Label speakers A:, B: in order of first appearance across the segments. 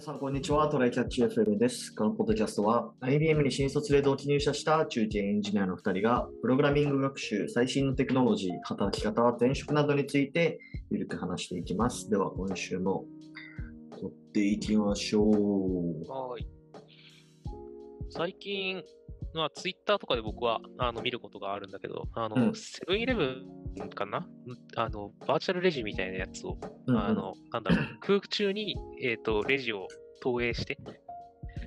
A: さん、こんにちは。トライキャッチ FM です。このポッドキャストは、IBM に新卒で同期入社した中堅エンジニアの2人が、プログラミング学習、最新のテクノロジー、働き方、転職などについて、ゆるく話していきます。では、今週も、撮っていきましょう。
B: はい。最近、まあ、ツイッターとかで僕はあの見ることがあるんだけど、あ
A: うん
B: の、セブンイレブンかなあの、バーチャルレジみたいなやつを、あの、なんだろう、空中に、えっ、と、レジを投影して、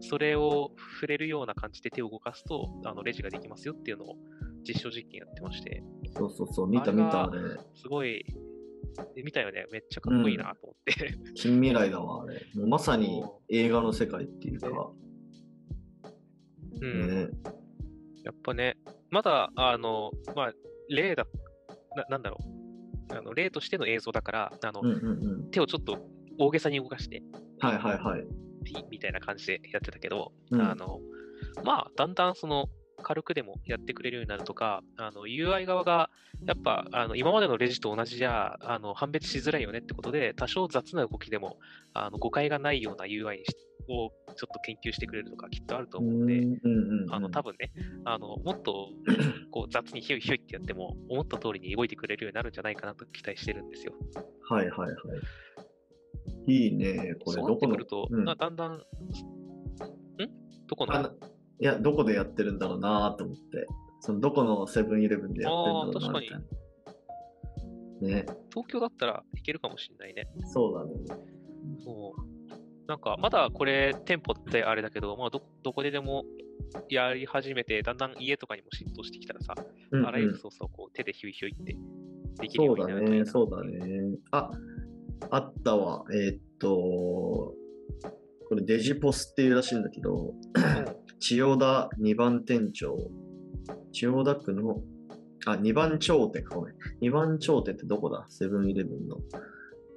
B: それを触れるような感じで手を動かすと、あの、レジができますよっていうのを実証実験やってまして、
A: うんそうそうそう、見た見た、あれ。
B: すごい、え見たよね、めっちゃかっこいいなと思って。
A: 近未来だわ、あれ。もうまさに映画の世界っていうか、
B: うん
A: ね。
B: やっぱね、まだ、あの、まあ、例だ、ななんだろう。あの例としての映像だから、あの、
A: うんうんうん。
B: 手をちょっと大げさに動かして、
A: はいはいはい。
B: ピッみたいな感じでやってたけど、
A: うん
B: あの、まあ、だんだんその、軽くでもやってくれるようになるとか、あの UI 側が、やっぱあの今までのレジと同じじゃあの判別しづらいよねってことで、多少雑な動きでもあの誤解がないような UI にしをちょっと研究してくれるとか、きっとあると思うんで、
A: うんうんうん、
B: あの多分ね、あのも っとこう雑にひょいひょいってやっても、思った通りに動いてくれるようになるんじゃないかなと期待してるんですよ。
A: はいはいはい。いいね、これ、
B: そう
A: ど
B: なっ
A: こ
B: て
A: の
B: くると、
A: うん
B: なだんだん、んどこの
A: あ
B: あ
A: のいや、どこでやってるんだろうなと思って、そのどこのセブンイレブンでやってるんだろうな
B: あー
A: みたいな。ね、
B: 東京だったらいけるかもしれないね。
A: そうだね。
B: そうなんかまだこれ、店舗ってあれだけど、まあ、どどこででもやり始めて、だんだん家とかにも浸透してきたらさ、
A: うんうん
B: あらゆる操作をこう手でひょいひょいってできるよ
A: そううだ
B: になるといい
A: ね、
B: な
A: そうだね。あ、あったわ。えーっと、これデジポスっていうらしいんだけど、 千代田2番店長、千代田区の、あ、2番頂点か、ごめん。2番頂点ってどこだセブンイレブンの。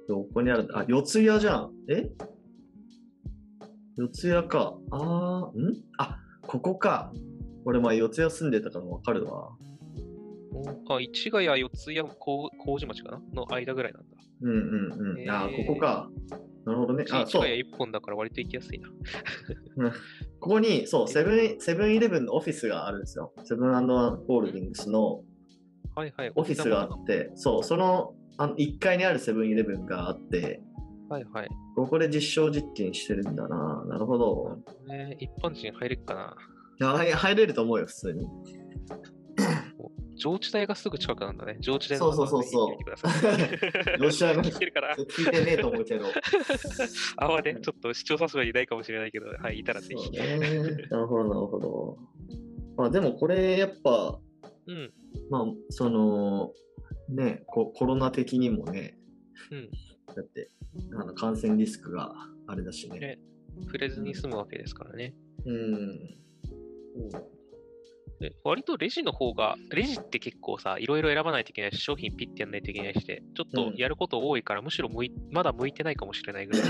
A: どこにあるんだあ、四谷じゃん。え四谷か。あー、んあ、ここか。俺、まあ、四谷住んでたからわかるわ。
B: あ市ヶ谷、四谷、こう麹町かなの間ぐらいなんだ。
A: うんうんうん。あ
B: へ
A: ー、
B: ー
A: ここか。なるほどね。あ、
B: 市市
A: そ
B: ヶ
A: う。
B: 谷一本だから割と行きやすいな。
A: ここに、そう、セブン、セブンイレブンのオフィスがあるんですよ。セブンアンドホールディングスの
B: はいはい。
A: オフィスがあ
B: 沖縄
A: っ
B: の
A: て、そう、そのあの1階にあるセブンイレブンがあって、
B: はいはい。
A: ここで実証実験してるんだな。なるほど。
B: ね、一般人入れるかな。
A: いや入入れると思うよ、普通に。
B: 上智大がすぐ近くなんだね。上智大
A: そうそうそうそう
B: う
A: 上智大の
B: 来てるから、
A: 聞いてねえと 思うけど。
B: あわね、ちょっと視聴者数がいないかもしれないけど、はい、いたらぜ
A: そう
B: ひ。
A: ね。なるほど、なるほど。まあでもこれ、やっぱ、
B: うん、
A: まあ、その、ね、こコロナ的にもね、
B: うん。
A: だって、あの感染リスクがあれだしね。
B: ね触れずに済むわけですからね。
A: うん。そう
B: で割とレジの方が、レジって結構さ、いろいろ選ばないといけないし、商品ピッてやんないといけないしで、ちょっとやること多いから、むしろ向いまだ向いてないかもしれないぐらい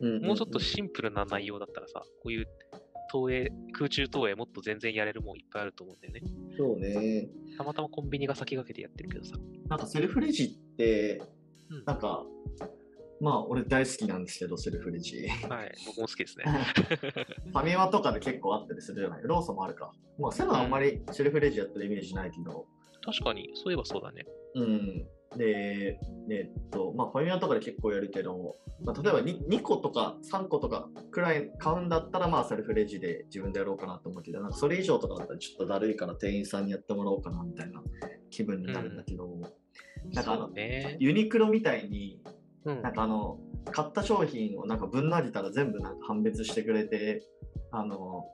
B: で、
A: んんん
B: もうちょっとシンプルな内容だったらさ、こういう投影、空中投影もっと全然やれるもんいっぱいあると思うんだよね。
A: そうね。
B: たまたまコンビニが先駆けてやってるけどさ。
A: なんかセルフレジって、
B: うん
A: なんか、まあ俺大好きなんですけど、セルフレ ジ。
B: はい、僕も好きですね。
A: ファミマとかで結構あったりするじゃないローソンもあるか。まあセブンあんまりセルフレジやってるイメージないけど。
B: 確かに、そういえばそうだね。
A: うん。で、えっと、まあファミマとかで結構やるけど、まあ、例えば 2, 2個とか3個とかくらい買うんだったら、まあセルフレジで自分でやろうかなと思うけど、なんかそれ以上とかだったらちょっとだるいから店員さんにやってもらおうかなみたいな気分になるんだけど、なんかあの
B: そうね。
A: ユニクロみたいに
B: うん
A: なん。かあの買った商品をなんかぶん投げたら全部なんか判別してくれてあの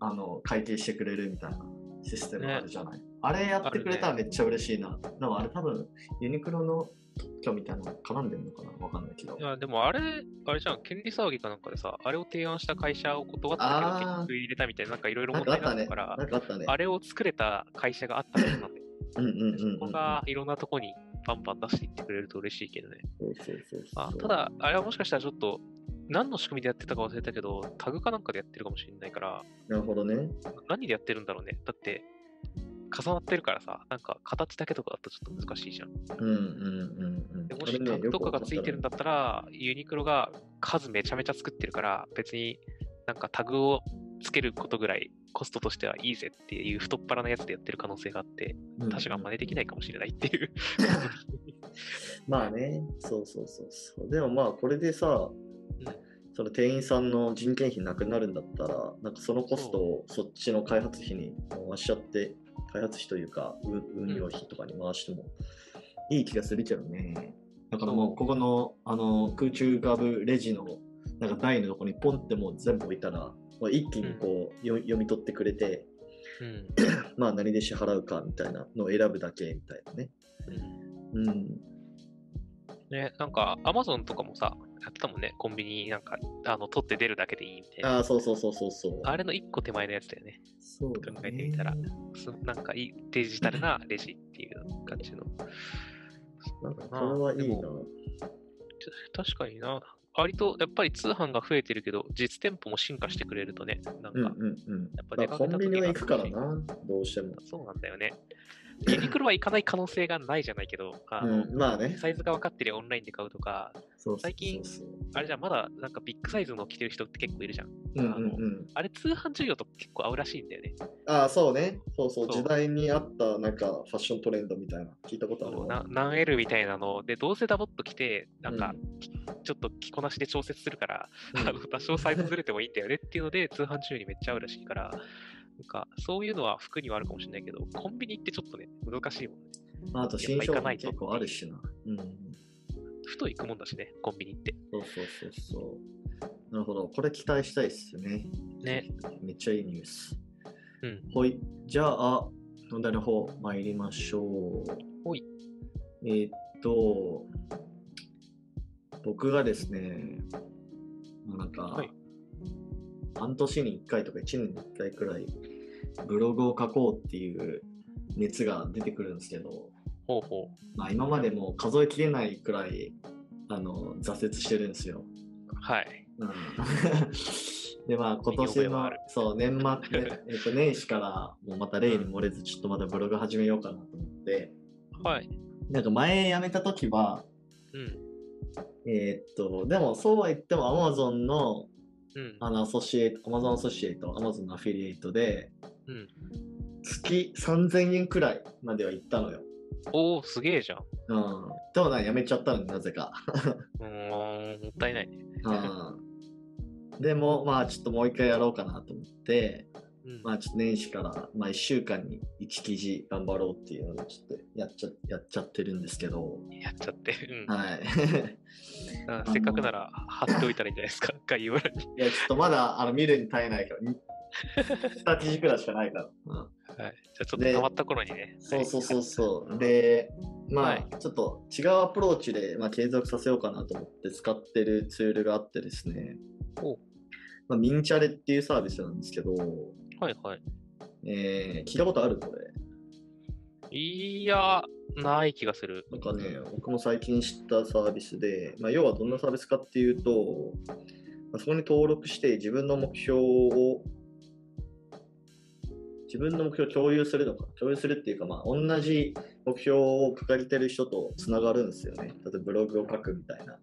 A: あの会計してくれるみたいなシステムあるじゃない、あれやってくれたらめっちゃ嬉しいな、でもあれ多分ユニクロの特許みたいなの絡んでるのかなわかんないけど
B: いやでもあれ、あれじゃん、権利騒ぎかなんかでさ、あれを提案した会社を断ったけど
A: あー
B: 結局入れたみたいな、なんかいろいろ
A: なん
B: 問
A: かあっ
B: 題が
A: たねな
B: あったから、
A: んかあったね
B: あれを作れた会社があったはずなんで、
A: うんうんうんうん
B: そこがいろんなとこにバンバン出していってくれると嬉しいけどね。
A: そうそうそうそう
B: あただ、あれはもしかしたらちょっと、何の仕組みでやってたか忘れたけど、タグかなんかでやってるかもしれないから、
A: なるほどね
B: 何でやってるんだろうね。だって、重なってるからさ、なんか形だけとかだとちょっと難しいじゃん。
A: うんうんうんうん。
B: でも
A: あれ
B: し
A: ね
B: タグ
A: よ
B: と
A: くわ
B: か
A: か
B: が
A: った
B: ついてるんだったら、ユニクロが数めちゃめちゃ作ってるから、別になんかタグをつけることぐらいコストとしてはいいぜっていう太っ腹なやつでやってる可能性があって、
A: うん
B: 他社が真似できないかもしれないっていう。
A: まあね、そうそうそうそう。でもまあこれでさ、その店員さんの人件費なくなるんだったら、なんかそのコストをそっちの開発費に回しちゃって、開発費というか運運用費とかに回してもいい気がするけどね。だからもうここのあの空中ガブレジのなんか台のとこにポンってもう全部置いたら、まあ一気にこう、よ読み取ってくれて、
B: うん
A: まあ何で支払うかみたいなのを選ぶだけみたいなね。
B: うん
A: うん。
B: ね、なんか、アマゾンとかもさ、やってたもんね、コンビニなんか、あの、取って出るだけでいいみたいな。
A: ああ、そうそうそうそうそう。
B: あれの一個手前のやつだよね。
A: そうだね
B: 考えてみたらすなんかいいデジタルなレジっていう感じの。
A: なんかこれはいい
B: で
A: な。
B: も確かにな。割とやっぱり通販が増えてるけど、実店舗も進化してくれるとね、なんか、
A: うんうんうん。
B: やっぱ
A: だ
B: 出
A: から
B: か
A: コ
B: けた
A: ン
B: 時
A: ビニは行くから
B: が
A: な、どうしても。
B: そうなんだよね。ユニクロは行かない可能性がないじゃないけど、あの
A: うん、まあね。
B: サイズが分かってりゃオンラインで買うとか、
A: そうそうそう
B: 最近あれじゃんまだなんかビッグサイズの着てる人って結構いるじゃん。
A: うんうんうん。
B: あれ通販需要と結構合うらしいんだよね。
A: ああ、そうね。そうそう。
B: そ
A: 時
B: う
A: 代に合ったなんかファッショントレンドみたいな。聞いたことある
B: そう
A: わ
B: な何 L みたいなので、どうせダボっと着て、なんか、ちょっと着こなしで調節するから、
A: うん
B: あの多少サイズずれてもいいんだよねっていうので、通販中にめっちゃ合うらしいから、なんかそういうのは服にはあるかもしれないけど、コンビニってちょっとね、難しいもんね。
A: あと新商
B: やっぱ行か
A: 品
B: ないと
A: 結構あるしな。うん。
B: ふと行くもんだしね、コンビニって。
A: そうそうそうそう。なるほど。これ期待したいっすね。
B: ね。
A: めっちゃいいニュース。
B: うん。
A: ほい。じゃあ、問題の方、参りましょう。
B: ほい。
A: えーっと、僕がですね、まあなんか、
B: はい
A: 半年に1回とか1年に1回くらい、ブログを書こうっていう熱が出てくるんですけど、
B: ほうほ
A: まあ、今までもう数えきれないくらい、あの、挫折してるんですよ。
B: う。はい。
A: でまあ今
B: 見覚え
A: 年
B: は
A: の
B: ある
A: そう年末、 ねえっと年始からもうまた例に漏れずちょっとまたブログ始めようかなと思って
B: はい。
A: なんか前辞めた時は
B: うん。
A: えーっとでもそうは言っても Amazon の
B: うん。
A: あのアソシエイト Amazon アソシエイト Amazon のアフィリエイトで
B: うん、
A: 月3000円くらいまでは行ったのよ、
B: おお、すげえじゃん。
A: うん、でもな辞めちゃったのになぜか
B: うーん、もったいないね。
A: うんでもまあちょっともう一回やろうかなと思って
B: うん。
A: まあちょっと年始から、まあ、1週間に1記事頑張ろうっていうのをちょっとやっちゃやっちゃってるんですけど、
B: やっちゃって。うん。
A: はい。
B: あせっかくなら貼っておいたらいいんじゃないですか、概要欄に。
A: いや、ちょっとまだあの見るに耐えないから、2記事くらいしかないから。うん
B: はい。じゃあちょっと溜まった頃にね。
A: そうそうそうそう。
B: はい
A: で、まあ、
B: はい
A: ちょっと違うアプローチで、まあ、継続させようかなと思って使ってるツールがあってですね
B: お、
A: まあ、ミンチャレっていうサービスなんですけど、
B: はいはい。
A: えー聞いたことあるこれ。
B: いや、ない気がする。
A: なんかね、僕も最近知ったサービスで、まあ、要はどんなサービスかっていうと、まあ、そこに登録して自分の目標を、自分の目標を共有するのか、共有するっていうか、まあ、同じ目標を掲げてる人とつながるんですよね。例えばブログを書くみたいな。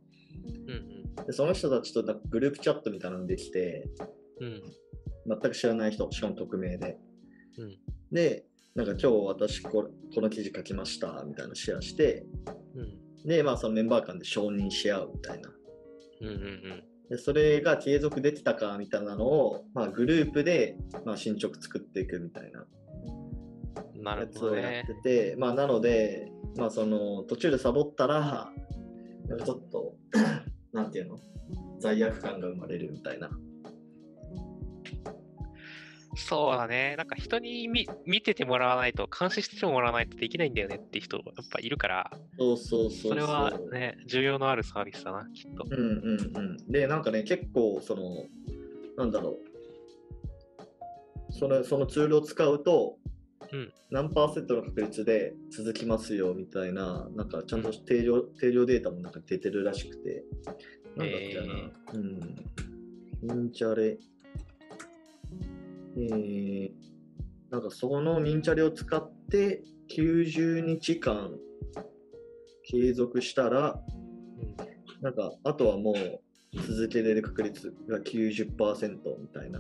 B: うん
A: でその人たちとなんかグループチャットみたいなのできて、
B: うん。うん。
A: 全く知らない人、しかも匿名で。
B: うん
A: で、なんか今日私これこの記事書きましたみたいなのシェアして、
B: うん。
A: で、まあ、そのメンバー間で承認し合うみたいな。
B: うんうんうん。
A: でそれが継続できたかみたいなのを、まあ、グループで、まあ、進捗作っていくみたいな
B: な
A: や
B: る
A: つ
B: ほど
A: をや
B: ね
A: っ。てて、まあ、なので、まあ、その途中でサボったらなんかちょっ となんていうの罪悪感が生まれるみたいな。
B: そうだね。なんか人に見見ててもらわないと、監視しててもらわないとできないんだよねって人、やっぱいるから、
A: そうそうそうう
B: それはね、重要のあるサービスだな、きっと。
A: うんうんうん。で、なんかね、結構、その、なんだろう。そのそのツールを使うと、
B: うん
A: 何パーセントの確率で続きますよみたいな、なんかちゃんと定量定量データもなんか出てるらしくて、なんだっけな、うん。ミンチャレ。えーっなんかそのミンチャレを使って90日間継続したら、なんかあとはもう続けれる確率が90%みたいな。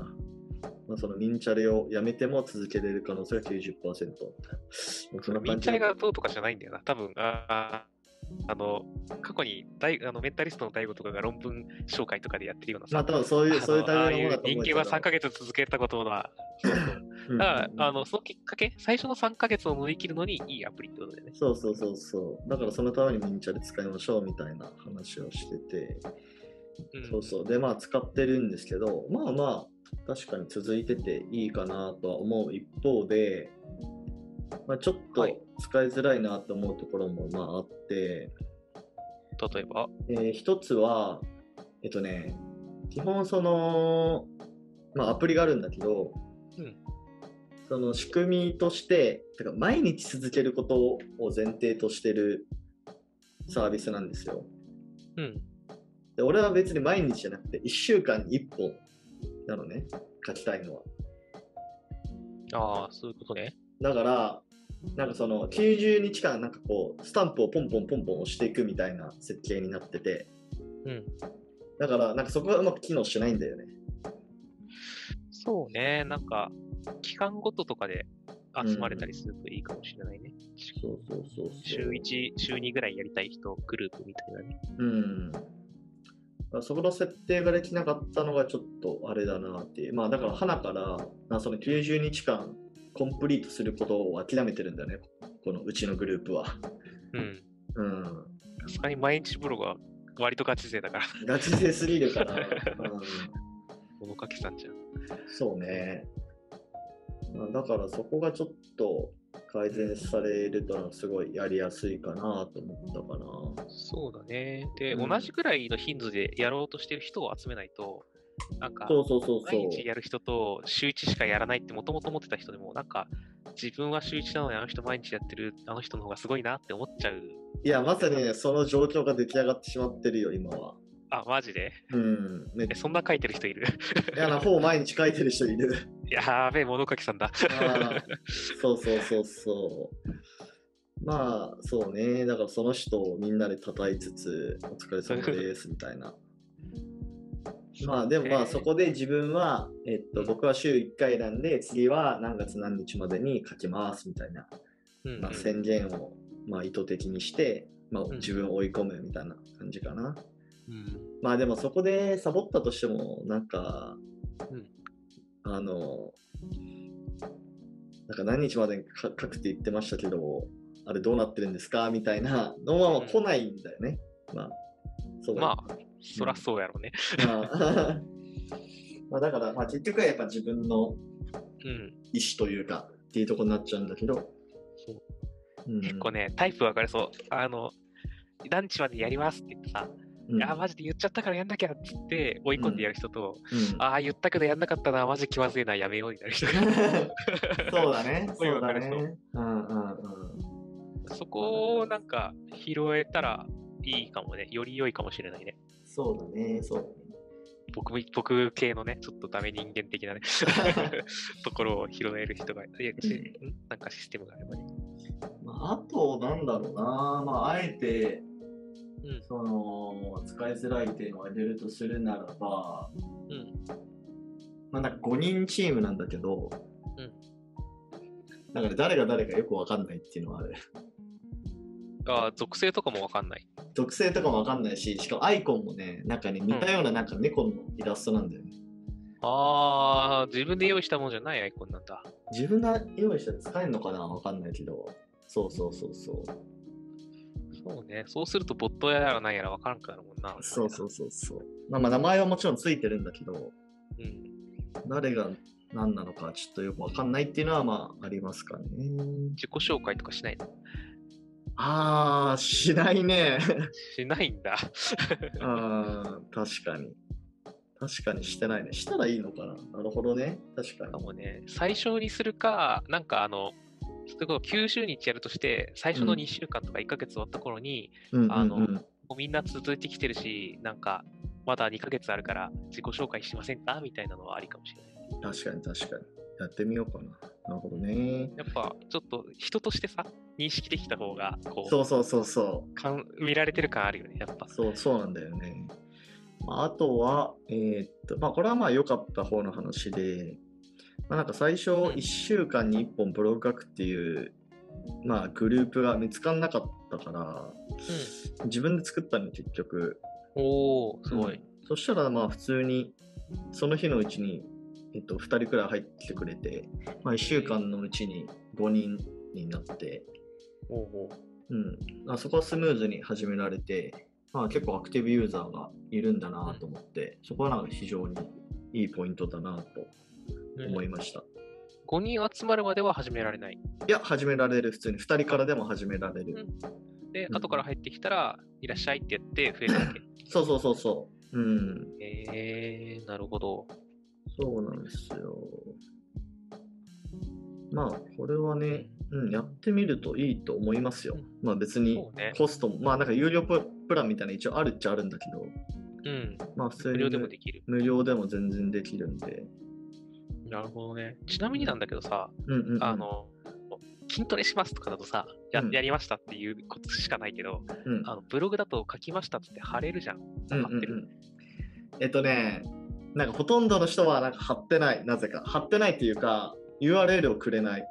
A: まあ、そのミンチャレをやめても続けれる可能性が90%みたいな。もうそんな
B: ミ
A: 感
B: ン
A: じ
B: チャレがどうとかじゃないんだよな。多分あーあの過去に大あのメンタリストの大悟とかが論文紹介とかでやってるような
A: まあ
B: さ、
A: 多分そういう、そういう
B: あのあ
A: タ
B: あ
A: イ
B: い
A: ミング
B: う人間は3ヶ
A: 月。
B: 月続けたこと だ。そうそう
A: うん
B: だから、あのそのきっかけ、最初の3ヶ月を乗り切るのにいいアプリってことだよね。
A: そうそうそうそう。だからそのためにミンチャレ使いましょうみたいな話をしてて。
B: うん
A: そうそう。で、まあ使ってるんですけど、まあまあ、確かに続いてていいかなとは思う一方で、まあ、ちょっと
B: はい
A: 使いづらいなと思うところもまああって、
B: 例えば、
A: えー一つは、えっとね、基本その、まあアプリがあるんだけど、
B: うん
A: その仕組みとして、てか毎日続けることを前提としてるサービスなんですよ。
B: うん、
A: で俺は別に毎日じゃなくて1週間に1本なのね書きたいのは
B: ああ、そういうことね。
A: だからなんかその90日間なんかこうスタンプをポンポンポンポン押していくみたいな設計になってて
B: うん、
A: だからなんかそこがうまく機能しないんだよね
B: そうね、なんか、期間ごととかで集まれたりするといいかもしれないね。
A: そうそうそう
B: 週1、週2ぐらいやりたい人、グループみたいなね。
A: うんだからそこの設定ができなかったのがちょっとあれだなっていうまあだから花からなその90日間コンプリートすることを諦めてるんだよねこのうちのグループは
B: うん。
A: うん
B: さすがに毎日ブログは割とガチ勢だから、
A: ガチ勢すぎるから、
B: 物書きさんじゃん。
A: うん、そうね。まあだからそこがちょっと改善されるとすごいやりやすいかなと思ったか
B: そうだね。で、
A: うん
B: 同じぐらいの頻度でやろうとしてる人を集めないと、なんか
A: な。、そうそうそうそ
B: 毎
A: う。
B: 日やる人と週1しかやらないってもともと思ってた人でも、なんか、自分は週1なのにあの人毎日やってる、あの人の方がすごいなって思っちゃう。
A: いや、まさにね、その状況が出来上がってしまってるよ、今は。
B: あ、マジで
A: うん。ね、
B: え、そんな書いてる人いる
A: いやな、ほぼ毎日書いてる人いる。
B: やーべえ、物書きさんだ。
A: あーそうそうそうそう。まあ、そうね。だからその人をみんなで叩いつつ、お疲れ様です、みたいな。まあでも まあそこで自分は、えっと、僕は週1回なんで次は何月何日までに書きますみたいな、
B: うんうん、
A: まあ、宣言をまあ意図的にして、まあ、
B: ん
A: 自分を追い込むみたいな感じかな、
B: うん
A: まあでもそこでサボったとしてもなんか、
B: うん
A: あのなんか何日までに書書くって言ってましたけどあれどうなってるんですかみたいなのはまあ来ないんだよね、まあそうだね
B: まあ、そらそうやろうね。
A: まあ まあだから、まあ、結局はやっぱ自分の
B: うん。
A: 意思というかっていうところになっちゃうんだけど、
B: そう
A: うん
B: 結構、ね、タイプ分かれそう。あの、何日までやりますって言ってさ、
A: うん
B: あー、マジで言っちゃったからやんなきゃって言って追い込んでやる人と、
A: うん
B: ああ、言ったけどやんなかったな、マジ気まずいな、やめようになる 人。
A: そうだね、
B: そう
A: そう
B: いう
A: だ
B: の分かれ
A: ね
B: そう。
A: うんうん
B: そこをなんか拾えたらいいかもね。より良いかもしれないね。
A: うん、そうだね、そう。
B: 僕も、僕系のね、ちょっとダメ人間的な ね、ところを拾える人が、いやちんなんかシステムがあればね。
A: まあ、あと、なんだろうな、まあ、あえて、
B: うん
A: その、使いづらい点を挙げるとするならば、
B: うん。
A: まあ、なんか5人チームなんだけど、
B: うん
A: だから誰が誰かよくわかんないっていうのはある。
B: ああ、属性とかもわかんない。
A: 属性とかもわかんないし、しかもアイコンもね、なんかね、似たようななんか猫のイラストなんだよね。
B: ああ、自分で用意したもんじゃないアイコンなんだ。
A: 自分が用意したら使えるのかなわかんないけど。そうそうそうそう。
B: そうね。そうすると、ボットやらなんやらわからんくなるもんな。
A: そうそうそうそう。まあまあ名前はもちろんついてるんだけど、
B: うん。
A: 誰が何なのかちょっとよくわかんないっていうのはまあありますかね。
B: 自己紹介とかしないの
A: あー、しないね。
B: しないんだ。
A: あー、確かに。確かにしてないね。したらいいのかななるほどね。確か
B: か
A: に。
B: もね、最初にするか、なんかあの、それこそ90日やるとして、最初
A: う
B: の
A: ん
B: 2週間とか1ヶ月終わった頃に、
A: うんうんうん
B: あのもうみんな続いてきてるし、なんか、まだ2ヶ月あるから自己紹介しませんかみたいなのはありかもしれない。
A: 確かに確かに。やってみようかな。なるほどね。
B: やっぱちょっと人としてさ、認識できた方がこう
A: そうそうそうそう。
B: かん見られてる感あるよね、やっぱ。
A: そう、そうなんだよね。まああとは、えーっと、まあ、これはまあ良かった方の話で、まあ、なんか最初
B: うん
A: 1週間に1本ブログ書くっていう、まあ、グループが見つからなかったから、自分で作ったの結局。
B: おお、すごい。
A: そしたら、まあ、普通に、その日のうちに、えっと、2人くらい入ってきてくれて、まあ、1週間のうちに5人になって、
B: おお
A: うん、あそこはスムーズに始められて、まあ、結構アクティブユーザーがいるんだなと思って、そこはなんか非常にいいポイントだなと思いました。
B: 5人集まるまでは始められない。
A: いや、始められる、普通に2人からでも始められる。
B: で、
A: うん
B: 後から入ってきたら、いらっしゃいってやって増えるだけ。
A: そうそうそうそう。うん、
B: えー、なるほど。
A: そうなんですよ。まあ、これはね、うん、やってみるといいと思いますよ。まあ別に
B: そうね
A: コストも、まあなんか有料ププランみたいな一応あるっちゃあるんだけど、
B: うん。
A: まあ普通
B: 無
A: に
B: 料でもできる。
A: 無料でも全然できるんで。
B: なるほどね。ちなみになんだけどさ、
A: うんうんうん、
B: あの、筋トレしますとかだとさ、や
A: うん
B: やりましたっていうことしかないけど、
A: うん、
B: あのブログだと書きましたっつって貼れるじゃん。
A: うんうん
B: 貼って
A: う
B: る。
A: んえっとね、なんかほとんどの人はなんか貼ってない、なぜか。貼ってないっていうか、URL をくれない。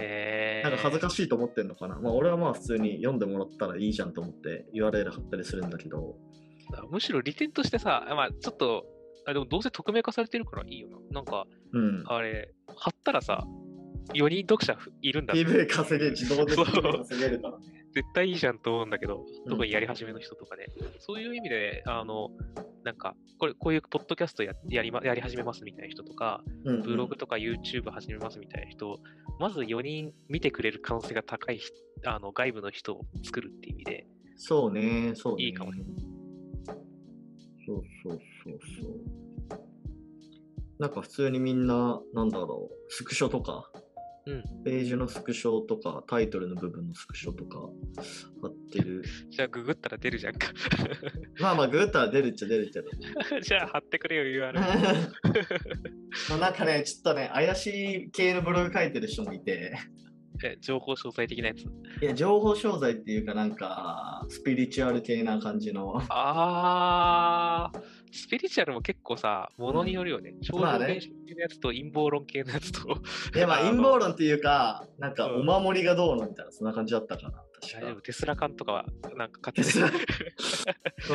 B: え
A: なんか恥ずか
B: しい。
A: しいと思ってんのかな。まあ俺はまあ普通に読んでもらったらいいじゃんと思って URL 貼ったりするんだけど、
B: むしろ利点としてさ、まあ、ちょっと、あでもどうせ匿名化されてるからいいよな。なんか、
A: うん。
B: あれ、貼ったらさ、4人読者ふいるんだって
A: PV 稼げ、自動で
B: そう
A: PV 稼げるから。
B: 絶対いいじゃんと思うんだけど、
A: うん
B: 特にやり始めの人とかね、そういう意味で、あの、なんか、これ、こういうポッドキャストややりまやり始めますみたいな人とか、
A: うんうん
B: ブログとか YouTube 始めますみたいな人、まず4人見てくれる可能性が高い人あの外部の人を作るっていう意味で、
A: そうね、そうね。
B: いいかもしれ
A: そうそうそうそう。なんか普通にみんな、なんだろう、スクショとか、
B: うん
A: ページのスクショとか、タイトルの部分のスクショとか貼ってる。
B: じゃあググったら出るじゃんか。
A: まあまあ、グータら出るっちゃ出るけど。
B: じゃあ貼ってくれよ、URL。
A: まあなんかね、ちょっとね、怪しい系のブログ書いてる人もいて、
B: え情報詳細的なやつ。
A: いや、情報商材っていうか、なんか、スピリチュアル系な感じの。
B: あー、スピリチュアルも結構さ、ものによるよね。超
A: まあ
B: 常
A: ね
B: 現象系のやつと陰謀論系のやつと。
A: いやまあ
B: あの
A: 陰謀論っていうか、なんか
B: う
A: お
B: ん
A: 守りがどうのみたいな、そんな感じだったかな、
B: 大
A: 確
B: 丈
A: か
B: 夫、テスラ缶とかはなんか買って
A: テス
B: な
A: ラ
B: い。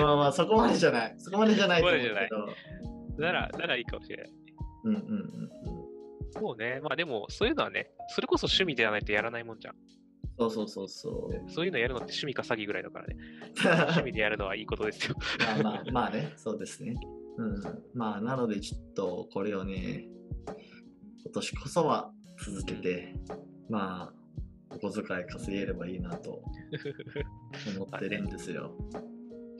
A: まあまあ、そこまでじゃない。そこまでじゃないと思うけど。
B: なら、ならいいかもしれない。
A: うんうんうんうん。
B: そうね。まあでも、そういうのはね、それこそ趣味ではないとやらないもんじゃん。
A: そうそうそうそう。
B: そういうのやるのって趣味か詐欺ぐらいだからね。趣味
A: ま
B: でやるのはいいことですよ。
A: あまあ、まあね、そうですね。うん。まあ、なのでちょっとこれをね、今年こそは続けて、まあ、お小遣い稼げればいいなと思ってるんですよ。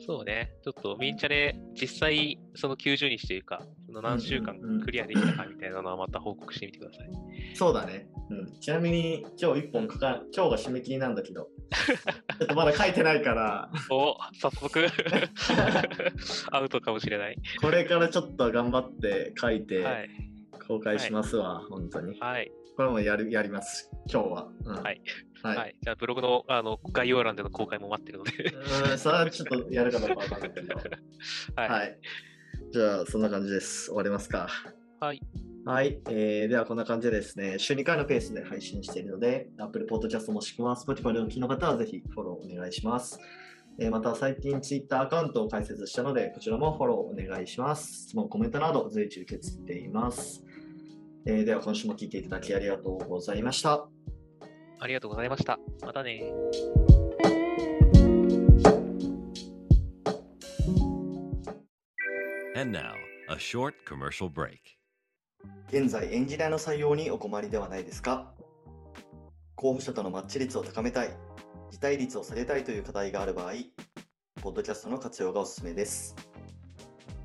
B: そうね。ちょっと、ミンチャレ、実際、その90日というか、その何週間
A: うんうんうん
B: クリアできたかみたいなのはまた報告してみてください。
A: そうだね。うん、ちなみに今日1本かか、今日が締め切りなんだけ ど、ちょっとまだ書いてないから、
B: お早速、 アウトかもしれない。
A: これからちょっと頑張って書いて、
B: はい。
A: 公開しますわ、本当に。
B: はい。
A: これもやるやります、今日は。うん
B: はい。
A: はい
B: はい。じゃあ、ブログのあの概要欄での公開も待ってるので。
A: うん、それはちょっとやるかどうかわかんないけど。
B: はい。
A: は
B: はい。
A: い。じゃあ、そんな感じです。終わりますか。
B: はい。
A: はい。えーでは、こんな感じでですね、週2回のペースで配信しているので、Apple Podcast もしくは Spotify でお聞きの方はぜひフォローお願いします。えーまた、最近 Twitter アカウントを開設したので、こちらもフォローお願いします。質問、コメントなど随時受け付けています。えーでは、今週も聞いていただきありがとうございました。
B: ありがとうございました。またね
C: ー And now, a short commercial break.
A: 現在エンジニアの採用にお困りではないですか候補者とのマッチ率を高めたい辞退率を下げたいという課題がある場合ポッドキャストの活用がおすすめです